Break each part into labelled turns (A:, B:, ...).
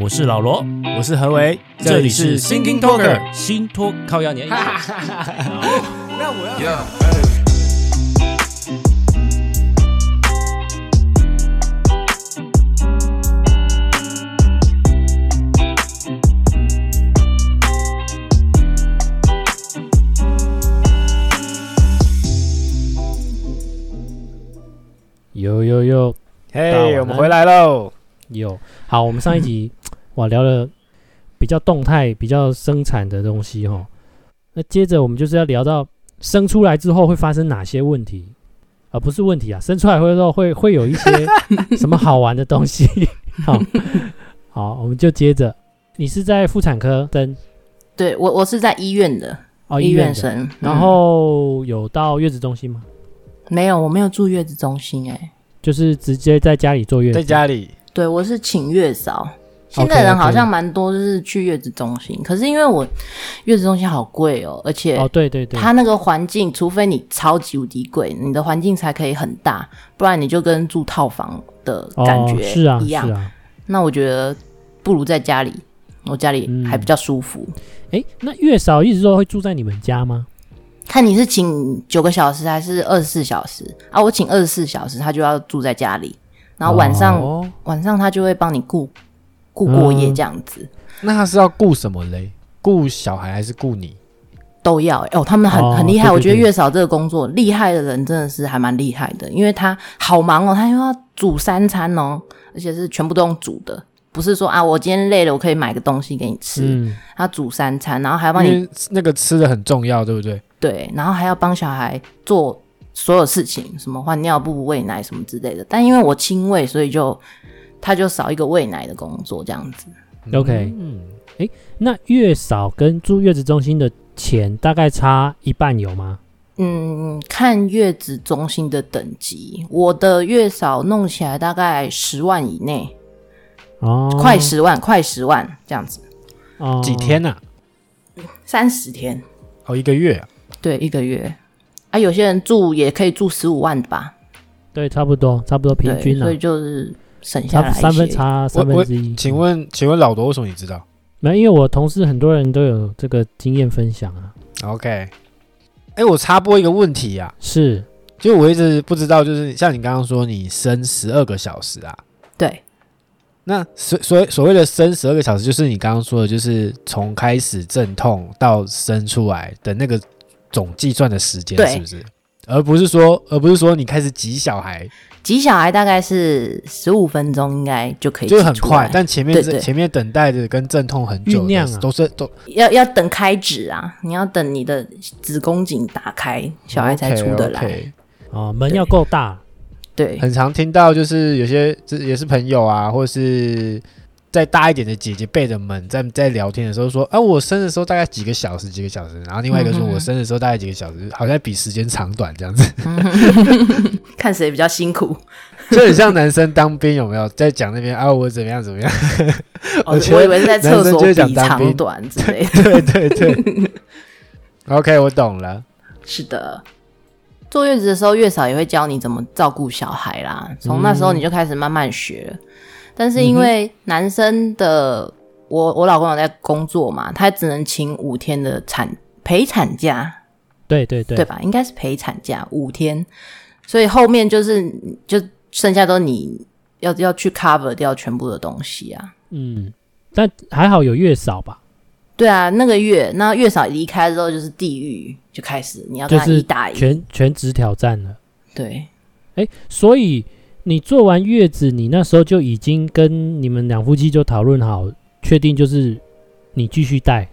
A: 我是老罗，
B: 我是何为，这里是 Thinking Talker。
A: 新托靠压年。
B: 那我要
C: Yeah,
A: 有有有
B: 嘿，我们回来喽。
A: 有，好，我们上一集哇聊了比较动态、比较生产的东西哈。那接着我们就是要聊到生出来之后会发生哪些问题啊、不是问题啊，生出来会后会会有一些什么好玩的东西。好，好，我们就接着，你是在妇产科生
D: 对我我是在医院的
A: 哦，
D: 医
A: 院
D: 院
A: 生，
D: 生，
A: 然
D: 嗯
A: 后有到月子中心吗？
D: 没有我没有住月子中心哎、
A: 就是直接在家里坐月子，
B: 在家里，
D: 对我是请月嫂。现在人好像蛮多就是去月子中心可是因为我月子中心好贵哦，而且
A: 哦，对对对，
D: 它那个环境，除非你超级无敌贵，你的环境才可以很大，不然你就跟住套房的感
A: 哦、
D: 觉
A: 是啊
D: 一
A: 是
D: 样。
A: 啊，
D: 那我觉得不如在家里，我家里
A: 嗯
D: 还比较舒服。
A: 哎，那月嫂一直都会住在你们家吗？
D: 看你是请九个小时还是二十四小时啊？我请二十四小时，他就要住在家里，然后晚上、
A: 哦
D: 晚上他就会帮你顾顾过夜这样子，
A: 嗯
B: 那他是要顾什么嘞？顾小孩还是顾你？
D: 都要、欸、哦。他们很、
A: 哦
D: 很厉害，
A: 对对
D: 我觉得
A: 对
D: 月嫂这个工作厉害的人真的是还蛮厉害的，因为他好忙哦，他又要煮三餐哦，而且是全部都用煮的，不是说啊我今天累了我可以买个东西给你吃，
A: 嗯，
D: 他煮三餐，然后还要
B: 因
D: 帮你
B: 为那个吃的很重要，对不对？
D: 对，然后还要帮小孩做所有事情，什么换尿布、喂奶什么之类的。但因为我亲喂，所以就他就少一个喂奶的工作这样子。
A: OK
B: 嗯，
A: 那月嫂跟住月子中心的钱大概差一半有吗？
D: 嗯，看月子中心的等级，我的月嫂弄起来大概十万以内，
A: 哦，
D: 快十万，快十万这样子，
A: 哦
B: 几？天呐？
D: 三十天，
B: 哦，一个月啊。
D: 对，一个月。啊，有些人住也可以住十五万的吧，
A: 对，差不多，差不多平
D: 对，
A: 均啊
D: 所以，就是省下
A: 差
D: 来
A: 三
D: 一
A: 分
D: 些。
A: 差三分之一。
B: 请问，请问老罗，为什么你知道
A: 没有，因为我同事很多人都有这个经验分享啊。
B: ？OK，哎，我插播一个问题啊，
A: 是，
B: 就我一直不知道，就是像你刚刚说，你生十二个小时啊，
D: 对，
B: 那所所所谓的生十二个小时，就是你刚刚说的，就是从开始阵痛到生出来的那个总计算的时间，
D: 对
B: 是不是？而不是说，而不是说你开始挤小孩，
D: 挤小孩大概是十五分钟，应该就可以
B: 就是
D: 挤
B: 很
D: 出
B: 快
D: 来，
B: 但前面
D: 对
B: 这
D: 对
B: 前面等待的跟阵痛很久的
A: 酝酿啊
B: 都是都
D: 要要等开指啊，你要等你的子宫颈打开，小孩才出得来。
B: OK，OK
A: 哦，门要够大，
D: 对，
B: 很常听到就是有些这也是朋友啊，或是再大一点的姐姐辈的们在在聊天的时候说，啊，我生的时候大概几个小时，几个小时，然后另外一个说
D: 嗯嗯嗯
B: 我生的时候大概几个小时，好像比时间长短这样子。
D: 看谁比较辛 苦。
B: 就很像男生当兵有没有在讲那边啊，我怎么样怎么 样？
D: 哦
B: 我觉得
D: 我以为是在厕
B: 男生
D: 所
B: 就会
D: 比
B: 讲当兵
D: 长短之类的。
B: 对对对。OK，我懂了。
D: 是的，坐月子的时候，月嫂也会教你怎么照顾小孩啦。从那时候你就开始慢慢学了。但是因
B: 嗯
D: 为男生的我，我老公有在工作嘛，他只能请五天的产陪产假。
A: 对对对
D: 对，吧？应该是陪产假五天，所以后面就是就剩下都你要要去 cover 掉全部的东西啊。
A: 嗯，但还好有月嫂吧，
D: 对啊，那个月那月嫂离开之后就是地狱，就开始你要
A: 就
D: 跟他
A: 是
D: 一打一。
A: 全全职挑战了。
D: 对，
A: 哎，所以你做完月子，你那时候就已经跟你们两夫妻就讨论好，确定就是你继续带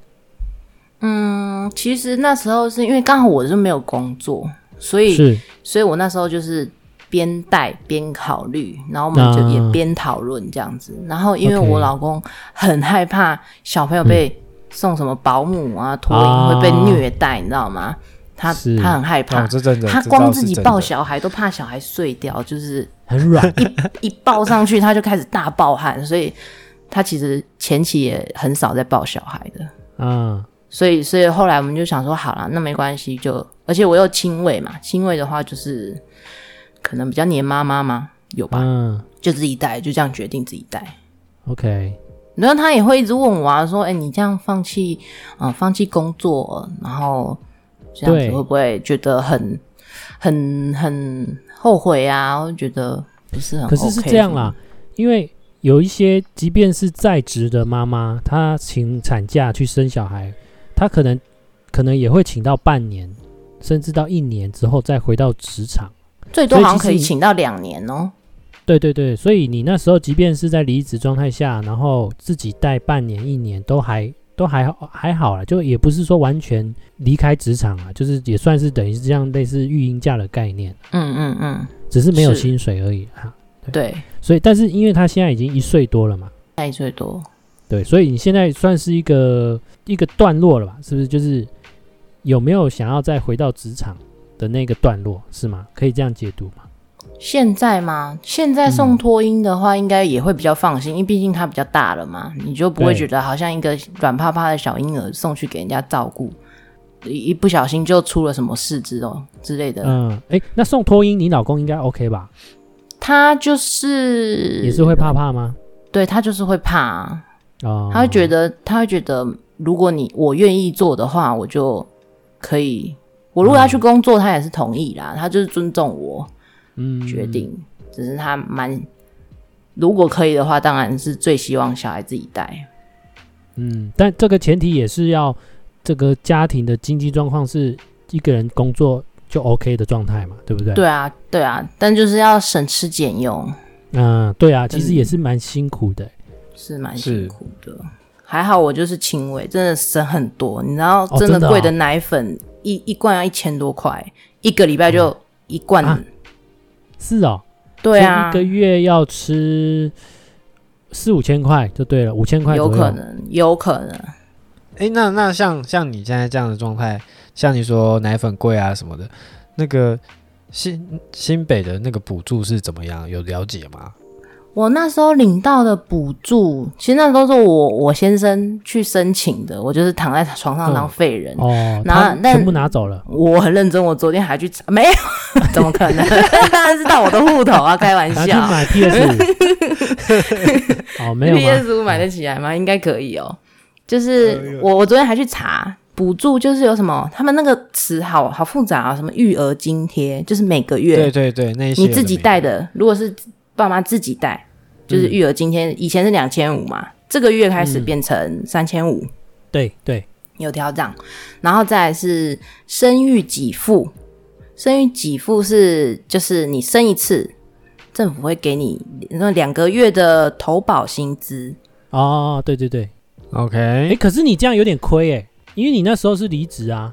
D: 嗯，其实那时候是因为刚好我是没有工作，所以
A: 是
D: 所以我那时候就是边带边考虑，然后我们就
A: 啊
D: 也边讨论这样子。然后因为
A: OK
D: 我老公很害怕小朋友
B: 嗯
D: 被送什么保姆啊、托
A: 啊
D: 婴会被虐待，你知道吗？他
A: 是
D: 他很害怕
B: 哦，，这真的，
D: 他
B: 这
D: 光
B: 倒是
D: 自己
B: 真的
D: 抱小孩都怕小孩碎掉，就是
A: 很软
D: 一抱上去他就开始大爆汗，所以他其实前期也很少在抱小孩的。
A: 啊，
D: 所以，所以后来我们就想说，好啦，那没关系，就而且我又亲喂嘛，亲喂的话就是可能比较黏妈妈嘛，有吧？
A: 嗯
D: 就自己带，就这样决定自己带。
A: ，OK，
D: 然后他也会一直问我啊，说：“哎、你这样放弃，嗯、放弃工作，然后这样子
A: 对
D: 会不会觉得很、很、很后悔啊？”我就觉得不是很、OK。
A: 可是是这样啦，，因为有一些即便是在职的妈妈，她请产假去生小孩，她可能可能也会请到半年，甚至到一年之后再回到职场。
D: 最多好像可
A: 所以
D: 以
A: 其实
D: 请到两年哦、
A: 对对对，所以你那时候即便是在离职状态下，然后自己带半年一年，都还都还好还好啦，就也不是说完全离开职场啊，就是也算是等于是这样类似育婴假的概念，
D: 嗯嗯嗯，
A: 只是没有
D: 是
A: 薪水而已啊。
D: 对，
A: 所以，但是因为他现在已经一岁多了嘛，
D: 爱最多。
A: 对，所以你现在算是一个一个段落了吧？是不是？就是有没有想要再回到职场的那个段落，是吗？可以这样解读吗？
D: 现在吗？现在送托婴的话，应该也会比较放心，因为毕竟他比较大了嘛，你就不会
A: 对
D: 觉得好像一个软趴趴的小婴儿送去给人家照顾，一一不小心就出了什么事之哦之类的。
A: 嗯，诶，那送托婴，你老公应该 OK 吧？
D: 他就是
A: 也是会怕怕吗？
D: 对他就是会怕啊、
A: 哦，
D: 他会觉得他会觉得，如果你我愿意做的话，我就可以。我如果要去工作，他也是同意啦，他就是尊重我。
A: 嗯
D: 决定，只是他蛮，如果可以的话，当然是最希望小孩自己带。
A: 嗯，但这个前提也是要这个家庭的经济状况是一个人工作就 OK 的状态嘛，对不对？
D: 对啊，对啊，但就是要省吃俭用，
A: 嗯，对啊，其实
D: 嗯
A: 也是蛮辛苦的、
D: 是蛮
B: 是
D: 辛苦的。还好我就是轻微，真的省很多。你知道，
A: 哦
D: 真的
A: 真的啊
D: 贵的奶粉、一一罐要一千多块，一个礼拜就一罐。
A: 啊是哦，
D: 对啊
A: 所以，一个月要吃四五千块就对了，五千块
D: 有
A: 左右
D: 可能，有可能。
B: 哎、那那像像你现在这样的状态，像你说奶粉贵啊什么的，那个新新北的那个补助是怎么样？有了解吗？
D: 我那时候领到的补助，其实那都是我我先生去申请的，我就是躺在
A: 嗯
D: 床上当废人。
A: 哦，
D: 拿
A: 他
D: 但
A: 全部拿走了。
D: 我很认真，我昨天还去查，没有， 怎么可能？当然是到我的户头啊，开玩
A: 拿去
D: 笑。
A: 买 PS 五，哦，没有
D: P
A: 吗？
D: S 五买得起来吗？应该可以哦。就是我，我昨天还去查补助，就是有什么，他们那个词好好复杂啊，什么育儿津贴，就是每个
B: 对
D: 月
B: 对对，那一些
D: 你自己带
B: 的嗯
D: 的，如果是爸妈自己带，就是育儿津贴，以前是两千五嘛，这个月开始变成三千五，
A: 对对，
D: 有调整，然后再来是生育给付，生育给付是就是你生一次，政府会给你那两个月的投保薪资，
A: 哦，对对对。
B: 没有。OK，
A: 哎，可是你这样有点亏哎，因为你那时候是离职啊。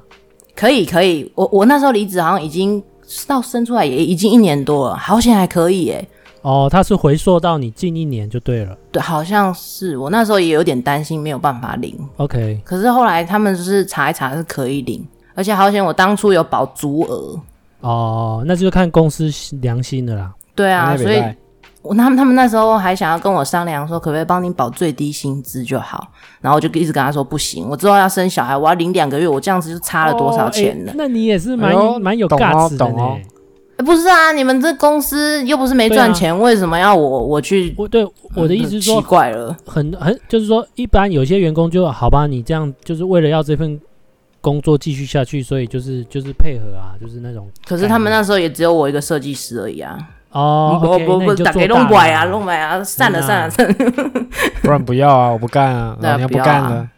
D: 可以可以，我我那时候离职好像已经到生出来也已经一年多了，好险还可以诶、
A: 哦，他是回溯到你近一年就对了。
D: 对，好像是我那时候也有点担心没有办法领，
A: OK，
D: 可是后来他们就是查一查是可以领，而且好险我当初有保足额，
A: 哦，那就看公司良心的啦。
D: 对啊，
B: 那北
D: 所以
B: 赖
D: 我他们他们那时候还想要跟我商量说，可不可以帮你保最低薪资就好，然后我就一直跟他说不行，我之后要生小孩，我要领两个月，我这样子就差了多少钱
A: 哦
D: 呢
A: 诶？那你也是蛮
B: 哎呦
A: 蛮有
B: 懂哦
A: guts 的
B: 懂哦
A: 呢。
D: 诶不是啊，你们这公司又不是没赚钱，为什么要我我去？
A: 我对我的意思是
D: 嗯
A: 说
D: 奇，怪了，
A: 很很就是说，一般有些员工就好吧，你这样就是为了要这份工作继续下去，所以就是就是配合啊，就是那种
D: 可是他们那时候也只有我一个设计师而已啊，
A: 哦，
D: 不
A: OK，
D: 不
A: 那
D: 不，
A: 你就
D: 打
A: 做
D: 给
A: 大
D: 弄
A: 了
D: 拐啊，弄拐啊，散了
A: 嗯啊
D: 散了散了，
B: 不然不要啊，我不干啊，
D: 对啊
B: 老娘
D: 不要
B: 干
D: 啊
B: 了。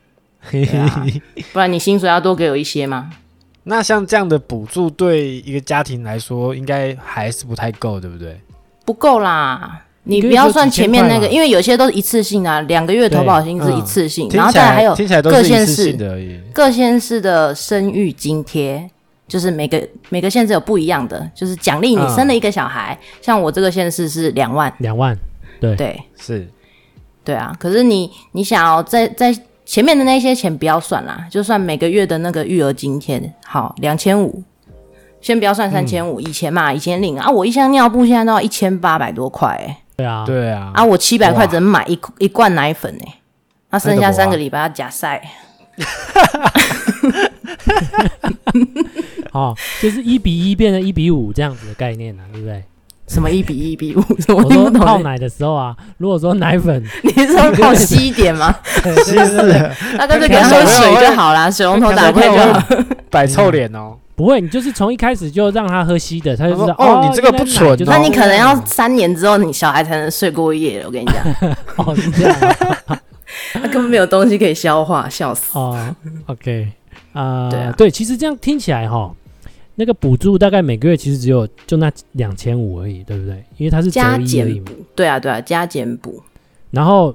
D: 对啊不然你薪水要多给我一些吗？
B: 那像这样的补助对一个家庭来说，应该还是不太够，对不对？
D: 不够啦。你
A: 一个
D: 不
A: 月
D: 要
A: 就
D: 算
A: 几千
D: 前面
A: 块
D: 那个，
A: 啦
D: 因为有些都是一次性啊，两个月投
A: 对
D: 保薪资
B: 嗯
D: 一次性，然
B: 听
D: 后
B: 起
D: 再来还
B: 来
D: 有
B: 听起来都
D: 各
B: 是一
D: 县
B: 次
D: 市
B: 性的而已。
D: 各县市的生育津贴，就是每个每个县市有不一样的，就是奖励你
B: 嗯
D: 生了一个小孩，像我这个县市是两万，
A: 两万，对
D: 对
B: 是
D: 对啊。可是你你想要在在前面的那些钱不要算啦，就算每个月的那个育儿津贴，好两千五。先不要
B: 嗯
D: 算三千五，以前嘛，以前领啊，我一箱尿布现在都要一千八百多块、欸，
A: 对啊，
B: 对啊，
D: 啊，我七百块
B: 哇
D: 只能买一一罐奶粉、欸，那剩
B: 那
D: 下
B: 怎么
D: 三
B: 啊
D: 个礼拜要假晒，
A: 哦，就是一比一变成一比五这样子的概念啊，对不对？
D: 什么一比 一比五，什么
A: 我
D: 听
A: 说
D: 不懂欸
A: 泡
D: 的。
A: 奶的时候啊，如果说奶粉，
D: 你是说泡稀一点 吗？
B: 其实
D: 那干脆给他喝水就好啦，水龙头打开就 好。
B: 摆臭脸哦，
A: 不会，你就是从一开始就让他喝稀的，他就知道
B: 他说哦你这个
A: 原来
B: 不纯
A: 奶就是
B: 哦
D: 那你可能要三年之后，你小孩才能睡过夜。我跟你讲，
A: 哦是这样啊
D: 他根本没有东西可以消化，笑死。
A: 哦，OK 啊
D: 对啊，
A: 对，其实这样听起来哈，那个补助大概每个月其实只有就那两千五而已，对不对？因为它是折
D: 加
A: 一而已
D: 减
A: 嘛，
D: 补，对啊对啊，加减补，
A: 然后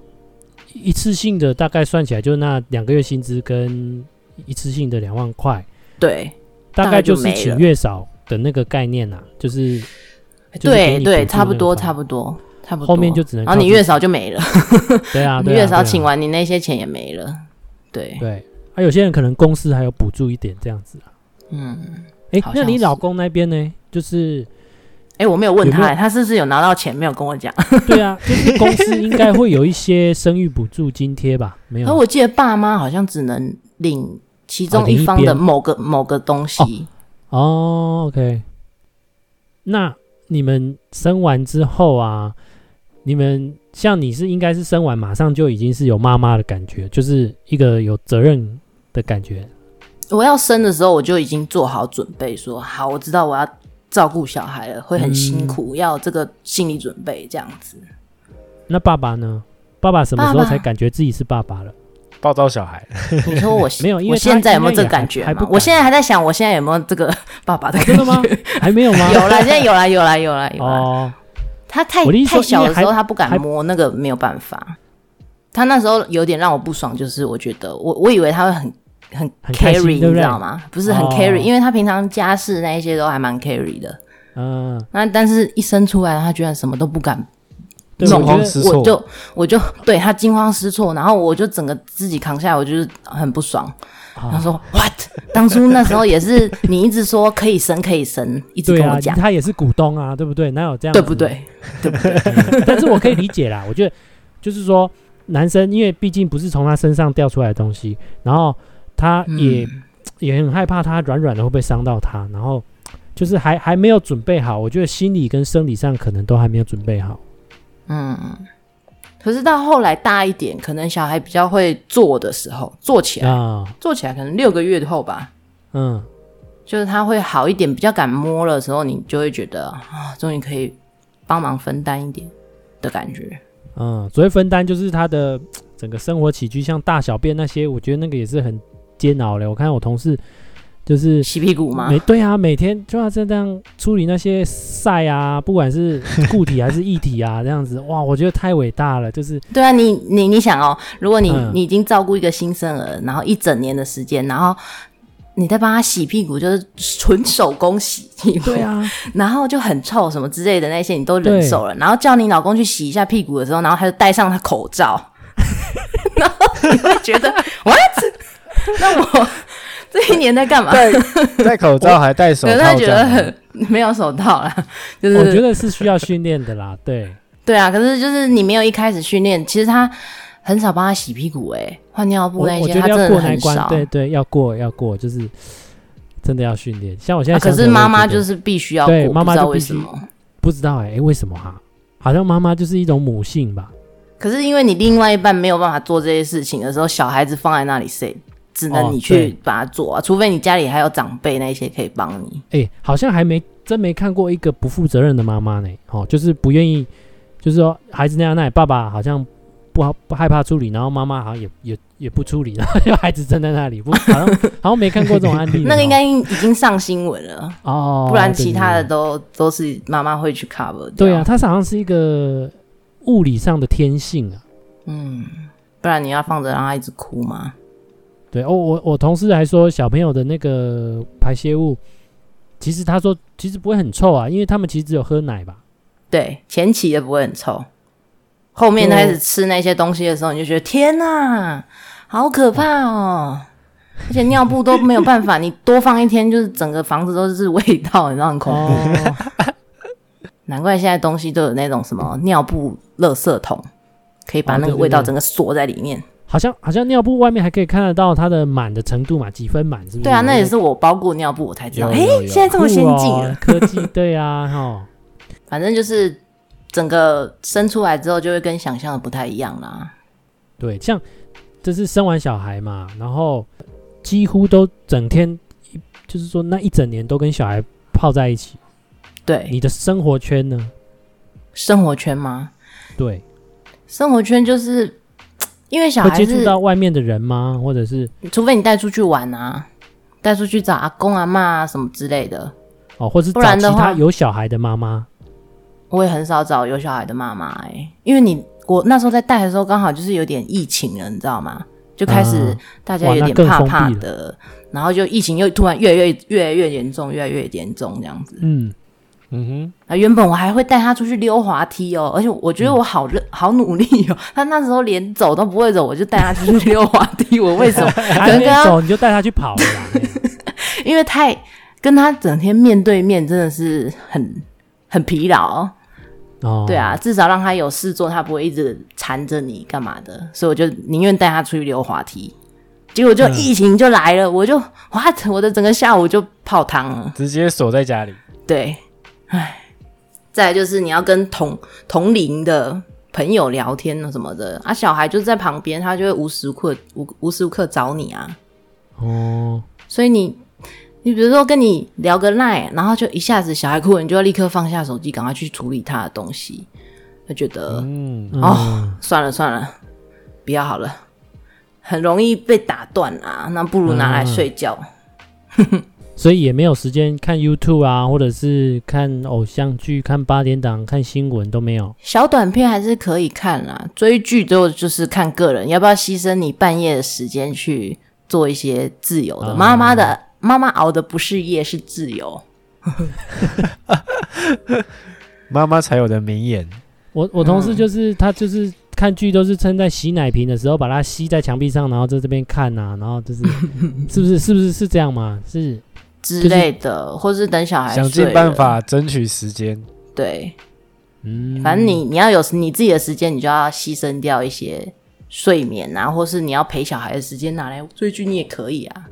A: 一次性的大概算起来就那两个月薪资跟一次性的两万块，
D: 对
A: 大
D: 大
A: 概
D: 概
A: 就
D: 就是没
A: 请
D: 了
A: 月嫂的那个概念呐、啊
D: 嗯
A: 就是就是给
D: 对
A: 你
D: 对，
A: 补助
D: 差不多
A: 那个
D: 差不多差不多。
A: 后面就只能
D: 然后你
A: 靠自
D: 月嫂就没了，
A: 己对啊，
D: 你
A: 对啊
D: 月嫂
A: 对啊
D: 请完，你那些钱也没了。对，
A: 对，啊，有些人可能公司还有补助一点这样子啊。
D: 嗯，
A: 哎、
D: 好
A: 那
D: 像
A: 你
D: 是
A: 老公那边呢？就是
D: 哎，我没有问
A: 有没
D: 他，
A: 有
D: 哎他是不是有拿到钱没有跟我讲？
A: 对啊，就是公司应该会有一些生育补助津贴吧？没 有
D: 可我记得爸妈好像只能领其
A: 哦
D: 中
A: 领一
D: 一方的
A: 边
D: 某个某个东西。
A: 哦，OK。那你们生完之后啊，你们像你是应该是生完马上就已经是有妈妈的感觉，就是一个有责任的感觉。
D: 我要生的时候，我就已经做好准备说好，我知道我要照顾小孩了，会很辛
A: 嗯
D: 苦，要有这个心理准备这样 子。
A: 那爸爸呢？爸爸什么时候
D: 爸爸
A: 才感觉自己是爸爸了？
B: 暴躁小孩，
D: 你说我
A: 没有因为
D: 我现在有没有这
A: 他
D: 个
A: 应
D: 感
A: 该也
D: 觉
A: 还还不
D: 吗？
A: 敢
D: 我现在还在想，我现在有没有这个爸爸的感
A: 真的
D: 觉？
A: 吗？还没有吗？
D: 有啦，现在有啦，有啦，有啦，有啦。
A: 哦，
D: 他太
A: 我的意思说
D: 太小
A: 因为
D: 的
A: 还
D: 时候，他不敢
A: 还
D: 摸那个，没有办法。他那时候有点让我不爽，就是我觉得我我以为他会很很
A: 很开心
D: carry，
A: 对不对
D: 你知道吗？不是很
A: 哦
D: carry，、因为他平常家事那一些都还蛮 carry 的。
A: 嗯，
D: 那但是一生出来，他居然什么都不敢
A: 对，
B: 恐
A: 我觉
B: 慌
A: 得
B: 失
D: 我
B: 措，
D: 就我就对他惊慌失措，然后我就整个自己扛下来，我就是很不爽。
A: 啊
D: 他说：“What？当初那时候也是你一直说可以生，可以生，一直
A: 对
D: 跟我
A: 啊，
D: 讲，
A: 他也是股东啊，对不对？哪有这样？
D: 对不？对？
A: 但是我可以理解啦，我觉得就是说，男生因为毕竟不是从他身上掉出来的东西，然后他也、
D: 嗯
A: 也很害怕他软软的会不会伤到他，然后就是还还没有准备好，我觉得心理跟生理上可能都还没有准备好。
D: 嗯。可是到后来大一点，可能小孩比较会坐的时候，坐起来，
A: 啊，
D: 坐起来，可能六个月后吧，
A: 嗯，
D: 就是他会好一点，比较敢摸了的时候，你就会觉得啊，终于可以帮忙分担一点的感觉。
A: 嗯，所谓分担就是他的整个生活起居，像大小便那些，我觉得那个也是很煎熬的。我看我同事就是
D: 洗屁股吗
A: 每？对啊，每天就要这样处理那些晒 啊，不管是固体还是液体啊，这样子，哇，我觉得太伟大了。 就是
D: 对啊，你你你想哦，如果你、
A: 嗯
D: 你已经照顾一个新生儿，然后一整年的时间，然后你在帮他洗屁股，就是纯手工洗屁股，
A: 对，啊，
D: 然后就很臭什么之类的那些你都忍
A: 对
D: 受了，然后叫你老公去洗一下屁股的时候，然后他就戴上他口罩， 然后你会觉得 what？那我 这一年在干嘛？
B: 戴戴口罩还戴手
D: 可是他
B: 套，
D: 觉
B: 这
D: 得
B: 样
D: 很没有手套啦，就是
A: 我觉得是需要训练的啦。对，
D: 对啊，可是就是你没有一开始训练，其实他很少帮他洗屁股、欸，哎，换尿
A: 我
D: 布那
A: 我
D: 些
A: 觉
D: 他
A: 得
D: 真
A: 要
D: 的
A: 过那一
D: 很
A: 关
D: 少。，啊
A: 对对，要过要过，就是真的要训练。像我现
D: 啊
A: 在
D: 可
A: 想起来、
D: 是妈妈
A: 我也觉
D: 就
A: 得
D: 是必须要
A: 对
D: 过，
A: 妈妈
D: 不知道
A: 就必
D: 为
A: 须
D: 什么。
A: 不知道哎、诶为什么哈、好像妈妈就是一种母性吧？
D: 可是因为你另外一半没有办法做这些事情的时候，小孩子放在那里谁只能
A: 哦
D: 你
A: 对
D: 去把它做啊，除非你家里还有长辈那些可以帮你。
A: 哎、好像还没真没看过一个不负责任的妈妈呢。哦，就是不愿意，就是说孩子那样那样，爸爸好像不好不害怕处理，然后妈妈好像也也也不处理，然 后就孩子站在那里，不好像好像没看过这种案例呢。
D: 那个应该
A: 哦
D: 已经上新闻了，
A: 哦，
D: 不然
A: 对
D: 其他的
A: 对
D: 都都是妈妈会去 cover 掉。
A: 对对啊，，它是好像是一个物理上的天性啊。
D: 嗯，不然你要放着让他一直哭吗？
A: 对哦，我我同事还说小朋友的那个排泄物，其实他说其实不会很臭啊，因为他们其实只有喝奶吧。
D: 对，前期的不会很臭，后面
A: 就
D: 开始吃那些东西的时候，你就觉得天哪、好可怕哦！而且尿布都没有办法，你多放一天，就是整个房子都是味道，你知道很恐怖。
A: 哦，
D: 难怪现在东西都有那种什么尿布垃圾桶，可以把
A: 哦
D: 那
A: 对
D: 个
A: 对
D: 味道
A: 对
D: 整个锁在里面。
A: 好像好像尿布外面还可以看得到它的满的程度嘛，几分满是不是？
D: 对啊，那也是我包过尿布我才知道，
B: 有
D: 哎、
B: 有有
D: 现在这么先进
A: 酷哦
D: 了。
A: 啊哦、科技，对啊，哈，
D: 反正就是整个生出来之后就会跟想象的不太一样啦。
A: 对，像这是生完小孩嘛，然后几乎都整天，就是说那一整年都跟小孩泡在一起。
D: 对，
A: 你的生活圈呢？
D: 生活圈吗？
A: 对，
D: 生活圈就是因为小
A: 会
D: 孩
A: 接触
D: 是，
A: 到外面的人吗？或者是
D: 除非你带出去玩啊，带出去找阿公阿妈啊什么之类的。
A: 哦，或是
D: 不
A: 找
D: 然
A: 其
D: 的话
A: 他有小孩的妈妈？
D: 我也很少找有小孩的妈妈哎，因为你我那时候在带的时候，刚好就是有点疫情了，你知道吗？就开始
A: 啊
D: 大家
A: 哇
D: 有
A: 那
D: 点
A: 更
D: 怕
A: 封
D: 怕
A: 闭了
D: 的，然后就疫情又突然越来越越来越严重，越来越严重这样子。
A: 嗯，
B: 嗯
D: 啊，原本我还会带他出去溜滑梯哦，而且我觉得我好认、好努力哦。 他那时候连走都不会走，我就带他出去溜滑梯。我为什么？可
A: 还
D: 能跟
A: 没
D: 他
A: 走你就带他去跑了啦。嘿
D: 因为太跟他整天面对面，真的是很很疲劳。
A: 哦，
D: 对啊，，至少让他有事做，他不会一直缠着你干嘛的。所以我就宁愿带他出去溜滑梯。结果就
A: 嗯
D: 疫情就来了，我就哇，我的整个下午就泡汤了。
B: 哼，直接锁在家里。
D: 对，唉，再来就是你要跟同同龄的朋友聊天啊什么的啊，小孩就是在旁边，他就会无时无刻无无时无刻找你啊，
A: 哦，
D: 所以你你比如说跟你聊个 line，然后就一下子小孩哭了，你就要立刻放下手机，赶快去处理他的东西，就觉得、
B: 嗯，
A: 嗯
D: 哦，算了算了，不要好了，很容易被打断啊，那不如拿来
A: 嗯
D: 睡觉。
A: 所以也没有时间看 YouTube 啊，或者是看偶像剧、看八点档、看新闻都没有。
D: 小短片还是可以看啦，追剧都就是看个人，要不要牺牲你半夜的时间去做一些自由
B: 哦
D: 的？
A: 啊
D: 妈妈的妈妈熬的不是夜，是自由。
B: 妈妈才有的名言。
A: 我我同
D: 嗯
A: 事就是、他就是看剧都是撑在洗奶瓶的时候，把它吸在墙壁上，然后在这边看啊，然后就是 是不是是不是是这样嘛？是
D: 之类的，或是等小孩
B: 想
D: 睡
B: 尽
D: 了
B: 办。法争取时间。
D: 对，
A: 嗯，
D: 反正你你要有你自己的时间，你就要牺牲掉一些睡眠啊，或是你要陪小孩的时间拿来追剧，你也可以啊。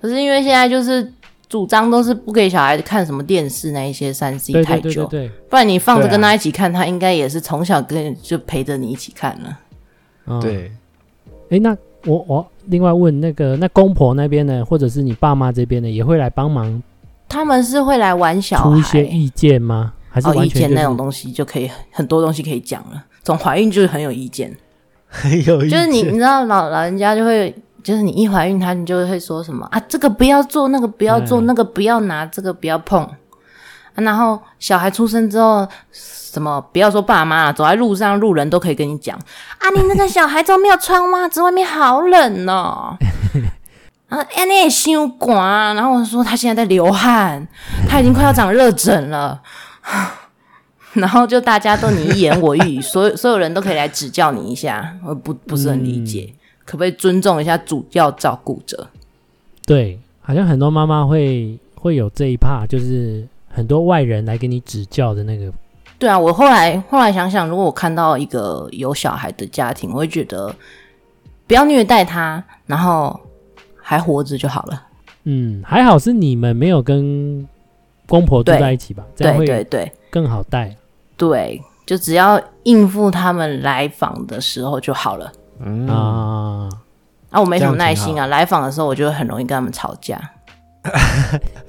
D: 可是因为现在就是主张都是不给小孩看什么电视那一些三 C
A: 对
D: 太
A: 对
D: 久，
A: 对对对，
D: 不然你放着
B: 对啊
D: 跟他一起看，他应该也是从小跟就陪着你一起看了。啊
A: 嗯、
B: 对，
A: 诶，那我我另外问那个，那公婆那边呢，或者是你爸妈这边呢，也会来帮忙
D: 他们是会来玩小
A: 出一些
D: 孩，
A: 意见吗？还是
D: 哦，
A: 完
D: 意
A: 全、就
D: 见
A: 是
D: 那种东西就可以很多东西可以讲了。从怀孕就是很有 意见，
B: 很有意
D: 就是你
B: 见
D: 你知道老老人家就会，就是你一怀孕，他们就会说什么啊，这个不要做，那个不要做，
A: 嗯
D: 那个不要拿，这个不要碰。啊然后小孩出生之后，什么不要说爸妈、走在路上路人都可以跟你讲啊，你那个小孩都没有穿袜子，外面好冷哦。 啊，哎，你也心寒啊！然后我说他现在在流汗，他已经快要长热疹了。 然后就大家都你一言我一语，所有所有人都可以来指教你一下，我不不是很理解，可不可以尊重一下主要照顾者？
A: 对，好像很多妈妈会会有这一趴，就是很多外人来给你指教的那个，
D: 对啊，我后来后来想想，如果我看到一个有小孩的家庭，我会觉得不要虐待他，然后还活着就好了。
A: 嗯，还好是你们没有跟公婆住
D: 对
A: 在一起吧，这样
D: 对对
A: 会
D: 对
A: 更好带。
D: 对，就只要应付他们来访的时候就好了。
B: 嗯，
A: 啊，
D: 啊，我没什么
B: 这样
D: 耐
B: 挺好
D: 心啊，来访的时候我就会很容易跟他们吵架，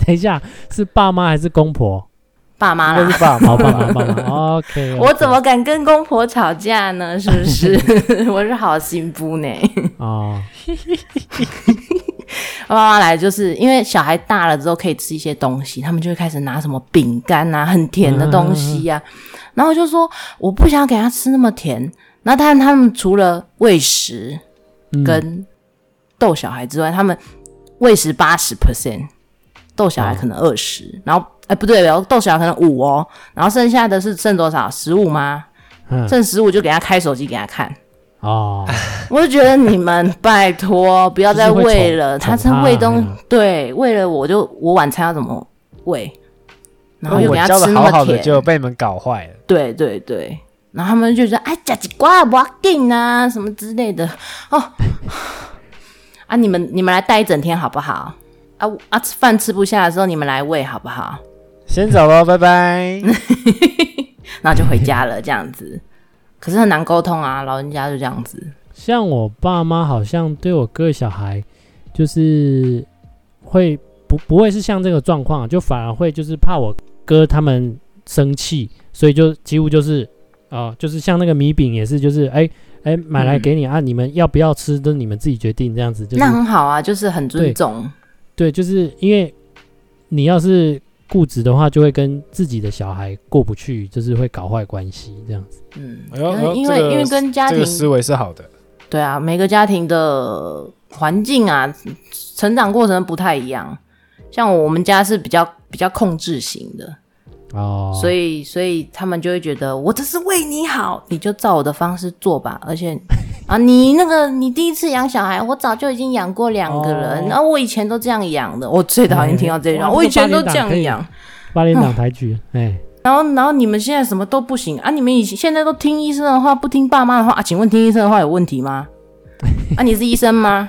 A: 等一下，是爸妈还是公婆？
D: 爸妈
B: 或
D: 啦。
B: 是爸妈
A: 好，爸妈， 爸妈。OK，
D: 我怎么敢跟公婆吵架呢？是不是？ 我是好心夫呢。
A: 哦，
D: 爸妈来就是因为小孩大了之后可以吃一些东西，他们就会开始拿什么饼干啊，很甜的东西呀、
A: 嗯
D: 然后我就说我不想给他吃那么甜。那但他们除了喂食
A: 嗯
D: 跟逗小孩之外，他们喂食八十 percent，逗小孩可能二十、然后哎、不对哦，逗小孩可能五哦，然后剩下的是剩多少？十五吗？
A: 嗯
D: 剩十五就给他开手机给他看。
A: 哦，
D: 我就觉得你们拜托不要再为了
A: 就是会
D: 他，
A: 宠
D: 真喂东
A: 宠他
D: 对，为了我就我晚餐要怎么喂，然后又
B: 哦我
D: 给他
B: 教
D: 吃
B: 的
D: 那
B: 好
D: 么
B: 好的，
D: 甜，
B: 结果被你们搞坏了。
D: 对对对，然后他们就说哎，夹几瓜不要紧啊，什么之类的哦，啊你们你们来带一整天好不好？啊我啊吃饭吃不下的时候你们来喂好不好？
B: 先走喽， 拜哎拜。
D: 然后就回家了这样 子。可是很难沟通啊，老人家就这样子。
A: 像我爸妈好像对我哥小孩，就是会不不会是像这个状况，就反而会就是怕我哥他们生气，所以就几乎就是啊、呃就是像那个米饼也是，就是哎哎买来给你、啊，你们要不要吃都你们自己决定这样子，就是
D: 那很好啊，就是很尊重。
A: 对，就是因为你要是固执的话，就会跟自己的小孩过不去，就是会搞坏关系这样子。
D: 嗯，
B: 哎呦哎呦
D: 因
B: 这
D: 为
B: 个
D: 因为跟家
B: 这
D: 庭
B: 个思维是好的，
D: 对啊，每个家庭的环境啊，成长过程不太一样。像我们家是比较比较控制型的，
A: 哦，
D: 所以所以他们就会觉得我这是为你好，你就照我的方式做吧。而且啊，你那个你第一次养小孩，我早就已经养过两个人，
A: 哦
D: 然后、我以前都这样养的，我最讨厌听到这一
A: 哎
D: 段，
A: 哇
D: 我以前都
A: 这
D: 这
A: 个八
D: 样
A: 点
D: 养
A: 档。八连档抬举，哎，
D: 然后，然后你们现在什么都不行啊！你们以前现在都听医生的话，不听爸妈的话啊？请问听医生的话有问题吗？啊，你是医 生吗？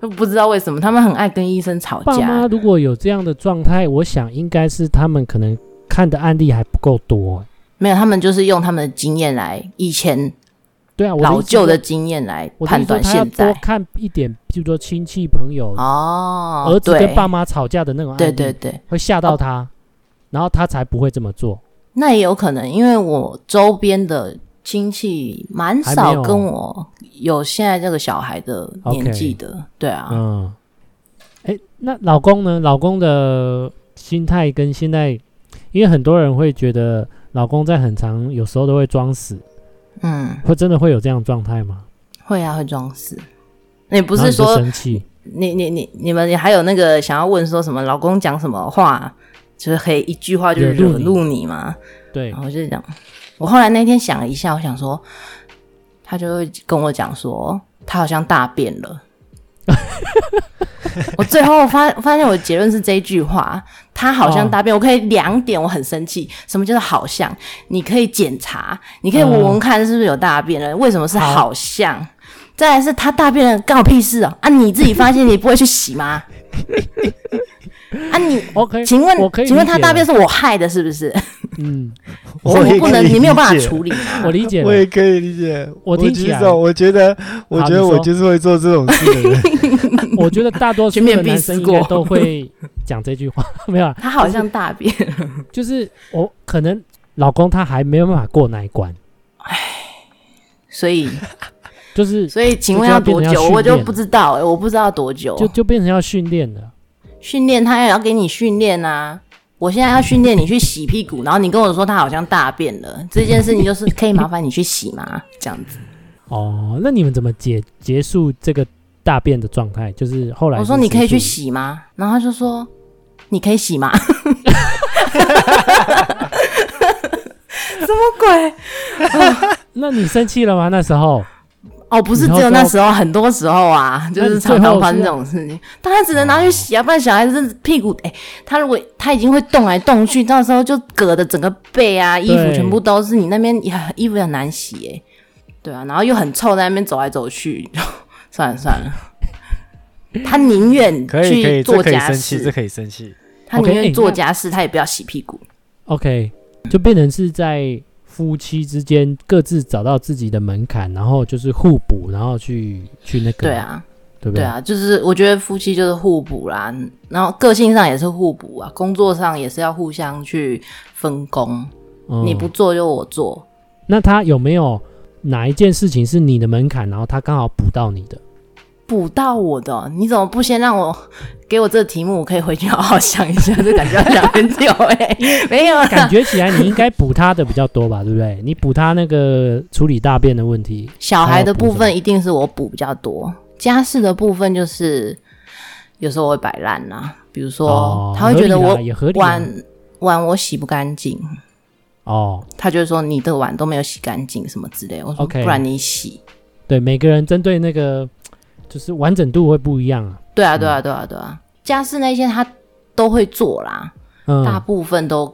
D: 都不知道为什么他们很爱跟医生吵
A: 爸妈
D: 架。
A: 如果有这样的状态，我想应该是他们可能看的案例还不够多。
D: 没有，他们就是用他们的经验来，以前
A: 对啊，我
D: 老旧的
A: 的
D: 经验来
A: 我的意
D: 判
A: 思说
D: 断
A: 他要
D: 现在
A: 多。看一点，比如说亲戚朋友、
D: 哦
A: 儿，子
D: 对
A: 跟，爸妈吵架的那种案
D: 对
A: 例，
D: 对哦对，
A: 会吓到他，然后他才不会这么做。
D: 那也有可能，因为我周边的亲戚蛮
A: 还没
D: 少
A: 有
D: 跟我有现在这个小孩的年纪的对啊。
A: 嗯，哎，那老公呢？老公的心态跟现在，因为很多人会觉得老公在很长有时候都会装死，
D: 嗯，
A: 会真的会有这样的状态吗？
D: 会啊，会装死。你不
A: 然后
D: 是
A: 你就
D: 说
A: 生气？
D: 你你你你们还有那个想要问说什么老公讲什么话，就是可以一句话就是
A: 惹怒
D: 惹
A: 你
D: 怒你吗？
A: 对
D: 然，后我就讲，我后来那天想了一下，我想说，他就会跟我讲说，他好像大便了。 我最后发发现我的结论是这一句话，他好
A: 哦
D: 像大便。我可以两点，我很生气。什么叫做好像？你可以检查，你可以闻闻看是不是有大便了。为什么是
A: 嗯好
D: 好像？再来是他大便了，干我屁事哦！啊，你自己发现你不会去洗吗？ 啊你，
A: OK，
D: 请问
A: 嗯我可以，
D: 请问
A: 理
D: 他
A: 解
D: 大
A: 了
D: 便是我害的，是不是？
A: 嗯，
D: 我我
B: 也
D: 不
B: 可
D: 能，
B: 以
D: 你没有办法
B: 理解
D: 处理。
A: 我理解
B: 我
A: 了。
B: 也可以理解。
A: 我听
B: 就
A: 起来
B: 是这种我觉得，我觉
A: 你
B: 得
A: 说
B: 我就是会做这种事的 人。
A: 我觉得大多数
D: 全面
A: 的
D: 壁
A: 男生
D: 思
A: 应该
D: 过
A: 都会讲这句话， 没有啦， 啊
D: 他好像大便，
A: 就是我可能老公他还没有办法过那一关，
D: 所以
A: 就是
D: 所以请
A: 这
D: 问
A: 就要变
D: 多
A: 成要
D: 久？
A: 训练
D: 我就不知道、欸，我不知道多久。
A: 就就变成要训练了。
D: 训练他也要给你训练啊！我现在要训练你去洗屁股，然后你跟我说他好像大便了，这件事情就是可以麻烦你去洗 吗？这样子，
A: 哦，那你们怎么结结束这个大便的状态？就是后来
D: 我
A: 是
D: 说你可以去
A: 结束
D: 洗吗？然后他就说你可以 洗吗？ 什么鬼？
A: 那你生气了吗？那时候
D: 哦，不是
A: 以后
D: 只有那
A: 都
D: 时候，很多时候啊，就
A: 那
D: 是
A: 你
D: 常
A: 最
D: 常
A: 后
D: 发生
A: 是
D: 这种事情。当然只能拿去洗啊，不然小孩子屁股，哎、他如果他已经会动来动去，到时候就隔的整个背啊，衣服
A: 对
D: 全部都是，你那边也衣服也很难洗哎、对啊，然后又很臭，在那边走来走去， 算了算了。他宁愿
B: 可以可以，
D: 去
B: 这
D: 做
B: 可以
D: 家
B: 生气，这
D: 事，
B: 可以生气。
D: 他宁
A: OK，哎
D: 愿做
A: 那
D: 家事，他也不要洗屁股。
A: OK，就变成是在夫妻之间各自找到自己的门槛，然后就是互补，然后去去那个，
D: 对，啊，
A: 对不
D: 对？啊，就是我觉得夫妻就是互补啦，然后个性上也是互补啊，工作上也是要互相去分工，
A: 嗯
D: 你不做就我做。
A: 那他有没有哪一件事情是你的门槛，然后他刚好补到你 的？
D: 补到我的哦，你怎么不先让我给我这个题目，我可以回去好好想一下，这感觉要想很久哎、 没有
A: 感
D: 啦，
A: 觉起来你应该补他的比较多吧，对不对？你补他那个处理大便的问题，
D: 小孩的部分一定是我补比较多，家事的部分就是有时候我会摆烂啦，比如说、
A: 哦
D: 他会觉
A: 合
D: 得
A: 理啦
D: 我啊
A: 也合理啦
D: 碗碗我洗不干净，
A: 哦，
D: 他就会说你的碗都没有洗干净什么之类的，我说
A: OK
D: 不然你洗。
A: 对，每个人针对那个就是完整度会不一样啊。
D: 对啊，对啊，对啊，对啊，家事那些他都会做啦，大
A: 嗯，
D: 部分都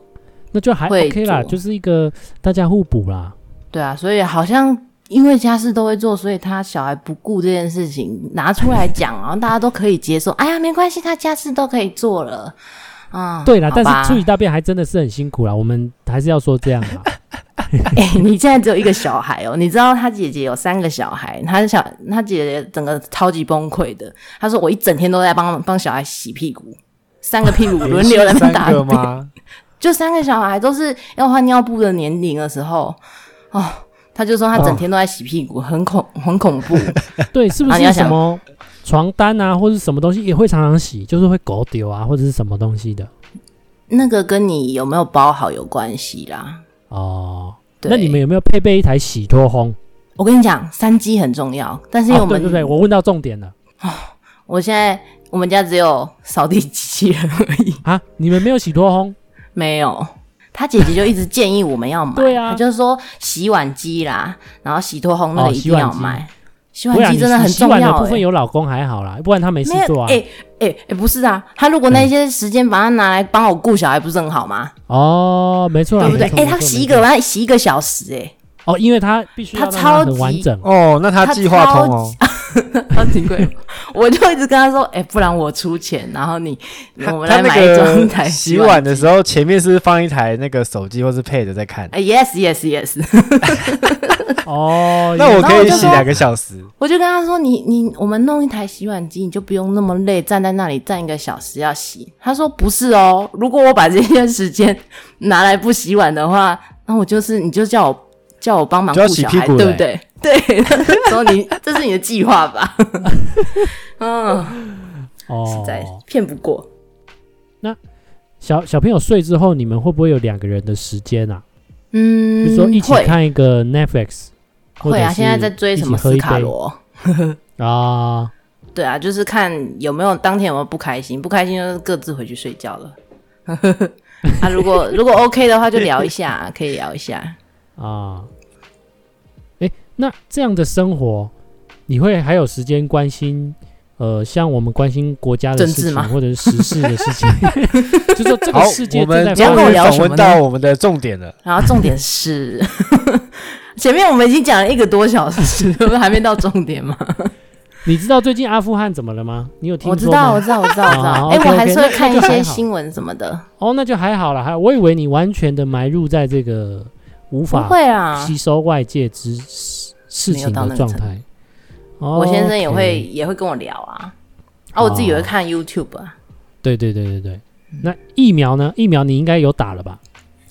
A: 那就还
D: 会
A: OK 啦，
D: 做
A: 就是一个大家互补啦。
D: 对啊，所以好像因为家事都会做，所以他小孩不顾这件事情拿出来讲，然后大家都可以接受。哎呀，没关系，他家事都可以做了。嗯，
A: 对啦，
D: 好
A: 但
D: 吧
A: 是处理大便还真的是很辛苦啦，我们还是要说这样啊 啦。
D: 哎、你现在只有一个小孩哦，你知道他姐姐有三个小孩，他小他姐姐整个超级崩溃的。他说我一整天都在帮帮小孩洗屁股，三个屁股轮流在那边打
B: 三个
D: 便，
B: 吗？
D: 就三个小孩都是要换尿布的年龄的时候，哦，他就说他整天都在洗屁股，很恐很恐怖。
A: 哦对，是不
D: 啊你要
A: 是什
D: 想
A: 么床单啊，或者什么东西也会常常洗，就是会狗丢啊，或者是什么东西的
D: 那个跟你有没有包好有关系啦。
A: 哦。
D: 对
A: 那你们有没有配备一台洗脱烘？
D: 我跟你讲，三机很重要，但是因为
A: 哦
D: 我们、嗯
A: 对对对，我问到重点了
D: 我现在我们家只有扫地机器人而已。
A: 啊！你们没有洗脱烘？
D: 没有，他姐姐就一直建议我们要买，
A: 对啊
D: 她就是说洗碗机啦，然后洗脱烘那
A: 哦
D: 个一定要
A: 洗碗机
D: 买。洗
A: 不
D: 碗
A: 然
D: 机真的
A: 你
D: 很
A: 洗
D: 重
A: 碗的
D: 要、
A: 部分
D: 欸。
A: 有老公还好啦，不然他没事
D: 没有
A: 做，啊。
D: 哎哎哎，不是啊，他如果那些时间把它拿来帮我顾小孩，不是很好吗？
A: 哦，没错啦，
D: 对不对
A: 没？错
D: 哎，
A: 没
D: 他
A: 错
D: 洗
A: 没
D: 一个，
A: 错
D: 他洗一个小时， 哎，
A: 哦，因为他必须
D: 他
A: 要让它
D: 超
A: 很完
D: 级
A: 整
B: 哦，那他
D: 他
B: 计划
D: 超
B: 通哦，
D: 他挺贵。我就一直跟他说，哎，不然我出钱，然后你
B: 他
D: 我们
B: 他
D: 来
B: 那
D: 买一装台
B: 个洗
D: 碗
B: 碗的时候，前面是不是放一台那个手机或是 Pad 在看？
D: 哎，yes yes yes，
A: 哦。
B: 那
A: 也
B: 我可以
D: 然后我就
B: 洗
D: 说
B: 两个小时，
D: 我就跟他说：“你你，我们弄一台洗碗机，你就不用那么累，站在那里站一个小时要洗。”他说：“不是哦，如果我把这些时间拿来不洗碗的话，那我就是你就叫我叫我帮忙
B: 就要
D: 顾
B: 洗
D: 小
B: 屁
D: 孩，
B: 股
D: 对
B: 嘞
D: 不对？ 对，说你这是你的计划吧？ 嗯，实在
A: 哦，
D: 骗不过。
A: 小小朋友睡之后，你们会不会有两个人的时间啊？比
D: 嗯，
A: 如说一起
D: 会
A: 看一个 Netflix，或
D: 会
A: 者
D: 啊，
A: 是
D: 现在在追什么
A: 一起喝
D: 斯
A: 一
D: 卡
A: 杯
D: 罗？
A: 啊？
D: 对啊，就是看有没有当天有没有不开心，不开心就是各自回去睡觉了。 啊，如果如果 OK 的话，就聊一下，可以聊一下。
A: 啊。诶，那这样的生活，你会还有时间关心？呃，像我们关心国家的
D: 政
A: 事
D: 治
A: 情，
D: 吗
A: 或者是时事的事 情，就说这个
B: 好，
A: 世界
B: 我
A: 正在
B: 们
A: 发生
D: 要跟
B: 终
D: 我
B: 于
D: 聊
B: 访
D: 什
B: 问
D: 么呢哦
B: 到我们的重点了。
D: 然后重点是， 前面我们已经讲了一个多小时，还没到重点吗？
A: 你知道最近阿富汗怎么了吗？你有听
D: 我知
A: 说
D: 道，
A: 吗？
D: 我知道，我知道，我知
A: 哦
D: 道。哎、
A: OK，OK，
D: 我还是
A: 那
D: 会
A: 那
D: 看
A: 就
D: 一
A: 还
D: 些
A: 好
D: 新闻什么的。
A: 哦，那就还好了，还我以为你完全的埋入在这个无
D: 不
A: 法
D: 会啊，
A: 吸收外界之事事
D: 没有
A: 情
D: 到那
A: 的
D: 个
A: 状
D: 程度
A: 态。哦我
D: 我先生也会、也会跟我聊啊。啊，我自己
A: 哦
D: 也会看 YouTube 啊。
A: 对对对对对。那疫苗呢？疫苗你应该有打了吧？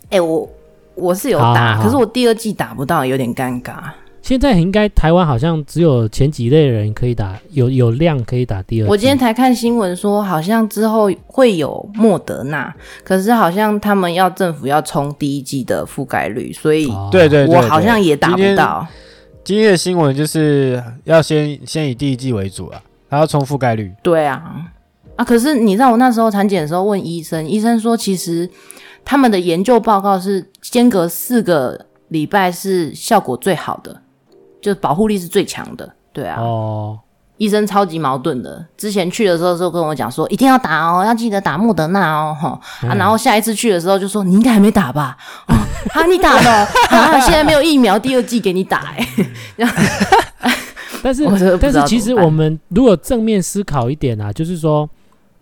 D: 哎、我我是有
A: 好
D: 打，
A: 好好
D: 可是我第二季打不到，有点尴尬。
A: 现在应该台湾好像只有前几类人可以打，有有量可以打第二剂。
D: 我今天才看新闻说，好像之后会有莫德纳，可是好像他们要政府要冲第一季的覆盖率，所以
A: 哦
B: 对对对，
D: 我
B: 对
D: 好像也打
B: 今
D: 不
B: 天
D: 到。
B: 今天的新闻就是要先先以第一季为主啊，还要冲覆盖率。
D: 对啊，啊，可是你知道我那时候产检的时候问医生，医生说其实他们的研究报告是间隔四个礼拜是效果最好的，就保护力是最强的。对啊，
A: 哦，
D: 医生超级矛盾的。之前去的时候就跟我讲说，一定要打哦，要记得打莫德纳哦，吼啊，然后下一次去的时候就说你应该还没打吧？ 哦，啊，你打了哦， 啊，现在没有疫苗，第二季给你打、哎，
A: 但是
D: 我真的不
A: 但
D: 知
A: 是
D: 道
A: 其
D: 怎
A: 实
D: 么办
A: 我们如果正面思考一点啊，就是说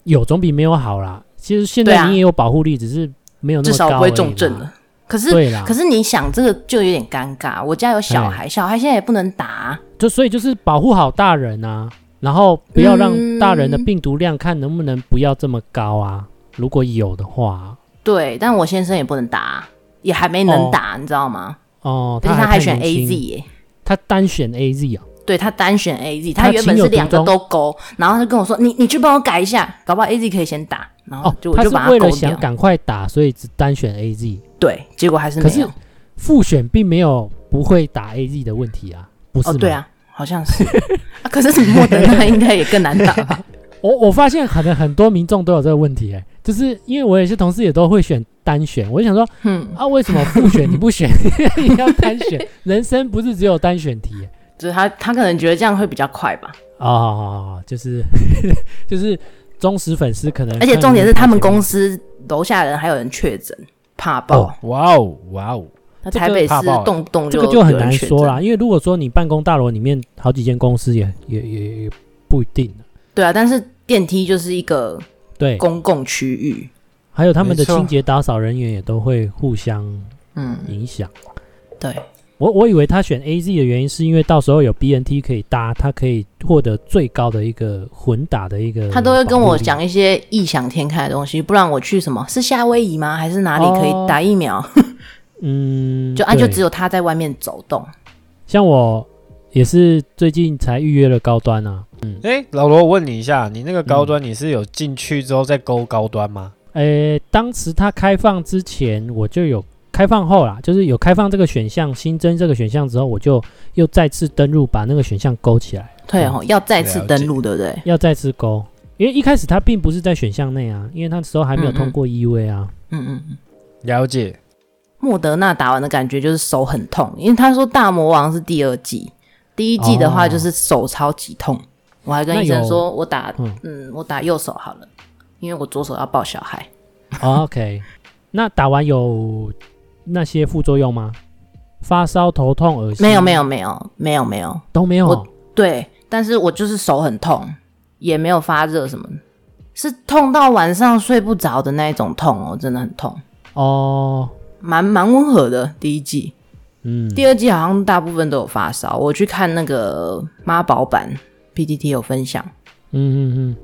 A: 有总比没有好啦。其实现
D: 对
A: 在
D: 啊
A: 你也有保护力，只是没有那
D: 至
A: 么
D: 少
A: 高
D: 不
A: 而
D: 会
A: 已
D: 重症
A: 嘛
D: 了。可是，
A: 对啦，啊
D: 可是你想这个就有点尴尬。我家有小
A: 哎
D: 孩，小孩现在也不能打啊、
A: 就所以就是保护好大人啊，然后不要让
D: 嗯
A: 大人的病毒量看能不能不要这么高啊。如果有的话，
D: 对，但我先生也不能打啊、也还没能打，你知道吗？
A: 哦，
D: 而且他
A: 还太
D: 选
A: 年
D: A
A: 轻
D: Z 耶、
A: 他单选 A Z 啊，
D: 对他单选 A Z，
A: 他
D: 他原本
A: 情有
D: 是两
A: 独
D: 个
A: 钟
D: 都勾，然后他就跟我说：“你你去帮我改一下，搞不好 A Z 可以先打。”然
A: 哦
D: 后啊就，
A: 他
D: 我就是把它
A: 为
D: 勾
A: 了想
D: 掉。
A: 赶快打，所以只单选 A Z。
D: 对，结果还是
A: 可
D: 没
A: 是
D: 有。
A: 复选并没有不会打 A Z 的问题啊，不是
D: 哦，
A: 吗？
D: 对啊，好像是。啊可是莫德纳应该也更难打 吧？
A: 我我发现可能很多民众都有这个问题、欸，就是因为我有些同事也都会选单选，我就想说
D: 嗯，
A: 啊，为什么复选 你不选， 你要单选？人生不是只有单选题、欸
D: 就是他他可能觉得这样会比较快吧。
A: 哦，就是 就是忠实粉丝可能，
D: 而且重点是他们公司楼下人还有人确诊，怕爆。
A: 哦，
B: 哇哦哇哦，
D: 那
A: 这
D: 台
A: 个
D: 北
B: 怕
D: 市
B: 爆了
D: 动不动
A: 这
D: 就
A: 个就很
D: 有人
A: 难
D: 确
A: 说
D: 诊
A: 啦。因为如果说你办公大楼里面好几间公司也，也也也不一定。
D: 对啊，但是电梯就是一个
A: 对，
D: 公共区域，
A: 还有他们的
B: 没错
A: 清洁打扫人员也都会互相
D: 嗯，
A: 影响。
D: 对，
A: 我我以为他选 A Z 的原因是因为到时候有 B N T 可以搭，他可以获得最高的一个混打的一个。
D: 他都会跟我讲，一些异想天开的东西，不然我去什么是夏威夷吗？还是哪里可
A: 哦
D: 以打疫苗？
A: 嗯，
D: 就啊，就只
A: 有
D: 有他在外面走动。
A: 像我也是最近才预约了高端啊，嗯，
B: 哎、老罗，我问你一下，你那个高端你是有进去之后再勾高端吗？
A: 呃，当时它开放之前，我就有开放后啦，就是有开放这个选项，新增这个选项之后，我就又再次登录，把那个选项勾起来，
D: 对哦，要再次登录，对不对？
A: 要再次勾，因为一开始它并不是在选项内啊，因为它那时候还没有通过 EUA 啊，
D: 嗯嗯嗯。
B: 了解，
D: 莫德纳打完的感觉就是手很痛，因为他说大魔王是第二季，第一季的话
A: 哦
D: 就是手超级痛。我还跟
A: 那
D: 医生
A: 有
D: 说，我打
A: 嗯
D: 嗯，我打右手好了，因为我左手要抱小孩。嗯
A: 哦 OK，那打完有那些副作用吗？发烧、头痛、恶心？
D: 没有没有没有没有没有，
A: 都没有哦，
D: 对，但是我就是手很痛，也没有发热什么的，是痛到晚上睡不着的那一种痛哦，真的很痛，
A: 哦，
D: 蛮蛮温和的。第一季、
A: 嗯，
D: 第二季好像大部分都有发烧，我去看那个妈宝版 PTT 有分享，
A: 嗯嗯嗯。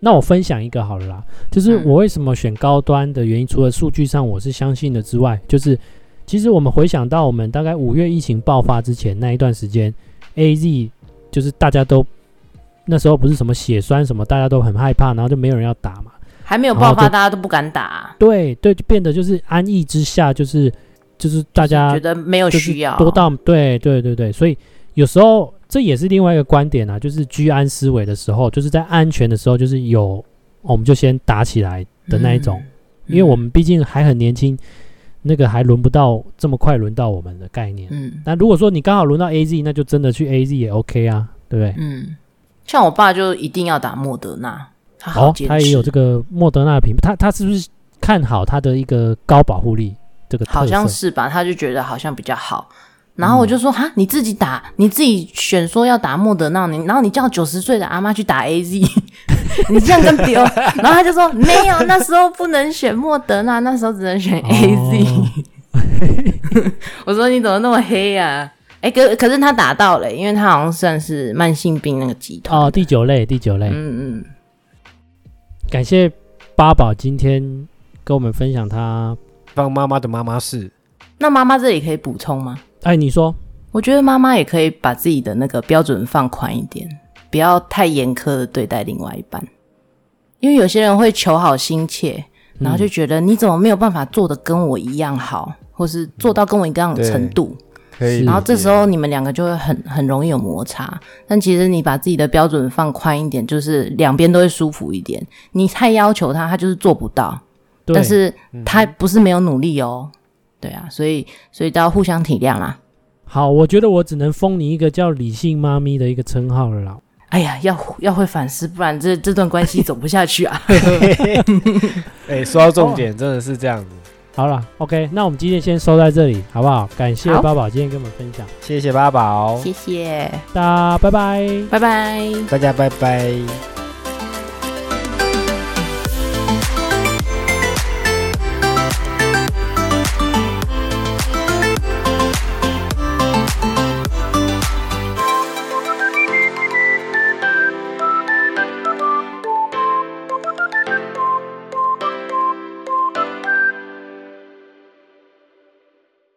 A: 那我分享一个好了啦，就是
D: 嗯
A: 我为什么选高端的原因，除了数据上我是相信的之外，就是其实我们回想到我们大概五月疫情爆发之前那一段时间，A Z 就是大家都那时候不是什么血栓什么，大家都很害怕，然后就没有人要打嘛。
D: 还没有爆
A: 然后
D: 发，
A: 就
D: 大家都不敢打，
A: 对对，就变得就是安逸之下，就是就是大家
D: 觉得没有
A: 啊就是
D: 需要，
A: 多到对对对对，所以有时候这也是另外一个观点啊，就是居安思危的时候，就是在安全的时候，就是有我们就先打起来的那一种，
D: 嗯
A: 因为我们毕竟还很年轻，那个还轮不到这么快轮到我们的概念。
D: 嗯
A: 那如果说你刚好轮到 A Z，那就真的去 A Z 也 OK 啊，对不对？
D: 嗯，像我爸就一定要打莫德纳，他好
A: 哦
D: 坚，持，
A: 他也有这个莫德纳的品牌，他他是不是看好他的一个高保护力这个特色？嗯
D: 好像是吧？他就觉得好像比较好。然后我就说哈、你自己打，你自己选说要打莫德纳，你然后你叫九十岁的阿妈去打 A Z，你 这样更丢。然后他就说没有，那时候不能选莫德纳，那时候只能选 A Z。
A: 哦
D: 我说你怎么那么黑呀、啊？哎，可可是他打到了、因为他好像算是慢性病那个集团。
A: 哦，第九类，第九类，
D: 嗯嗯，
A: 感谢八宝今天跟我们分享他。
B: 帮妈妈的妈妈是
D: 那妈妈这里可以补充吗？
A: 哎，你说
D: 我觉得妈妈也可以把自己的那个标准放宽一点，不要太严苛的对待另外一半，因为有些人会求好心切，然后就觉得你怎么没有办法做的跟我一样好，或是做到跟我一样的程度，
B: 可以
A: 是
B: 理解，
D: 然后这时 候你们两个就会很很容易有摩擦。但其实你把自己的标准放宽一点，就是两边都会舒服一点。你太要求他，他就是做不到，
A: 对，
D: 但是他不是没有努力哦。对啊，所以所以都要互相体谅啦。
A: 好，我觉得我只能封你一个叫理性妈咪的一个称号了啦。
D: 哎呀，要要会反思，不然这这段关系走不下去啊！
B: 哎、说到重点，真的是这样子。
A: 好了，OK，那我们今天先收在这里，好不好？感谢
D: 好
A: 八宝今天跟我们分享，
B: 谢谢八宝，
D: 谢谢，
A: 大家拜拜。
D: 拜拜。
B: 大家拜拜。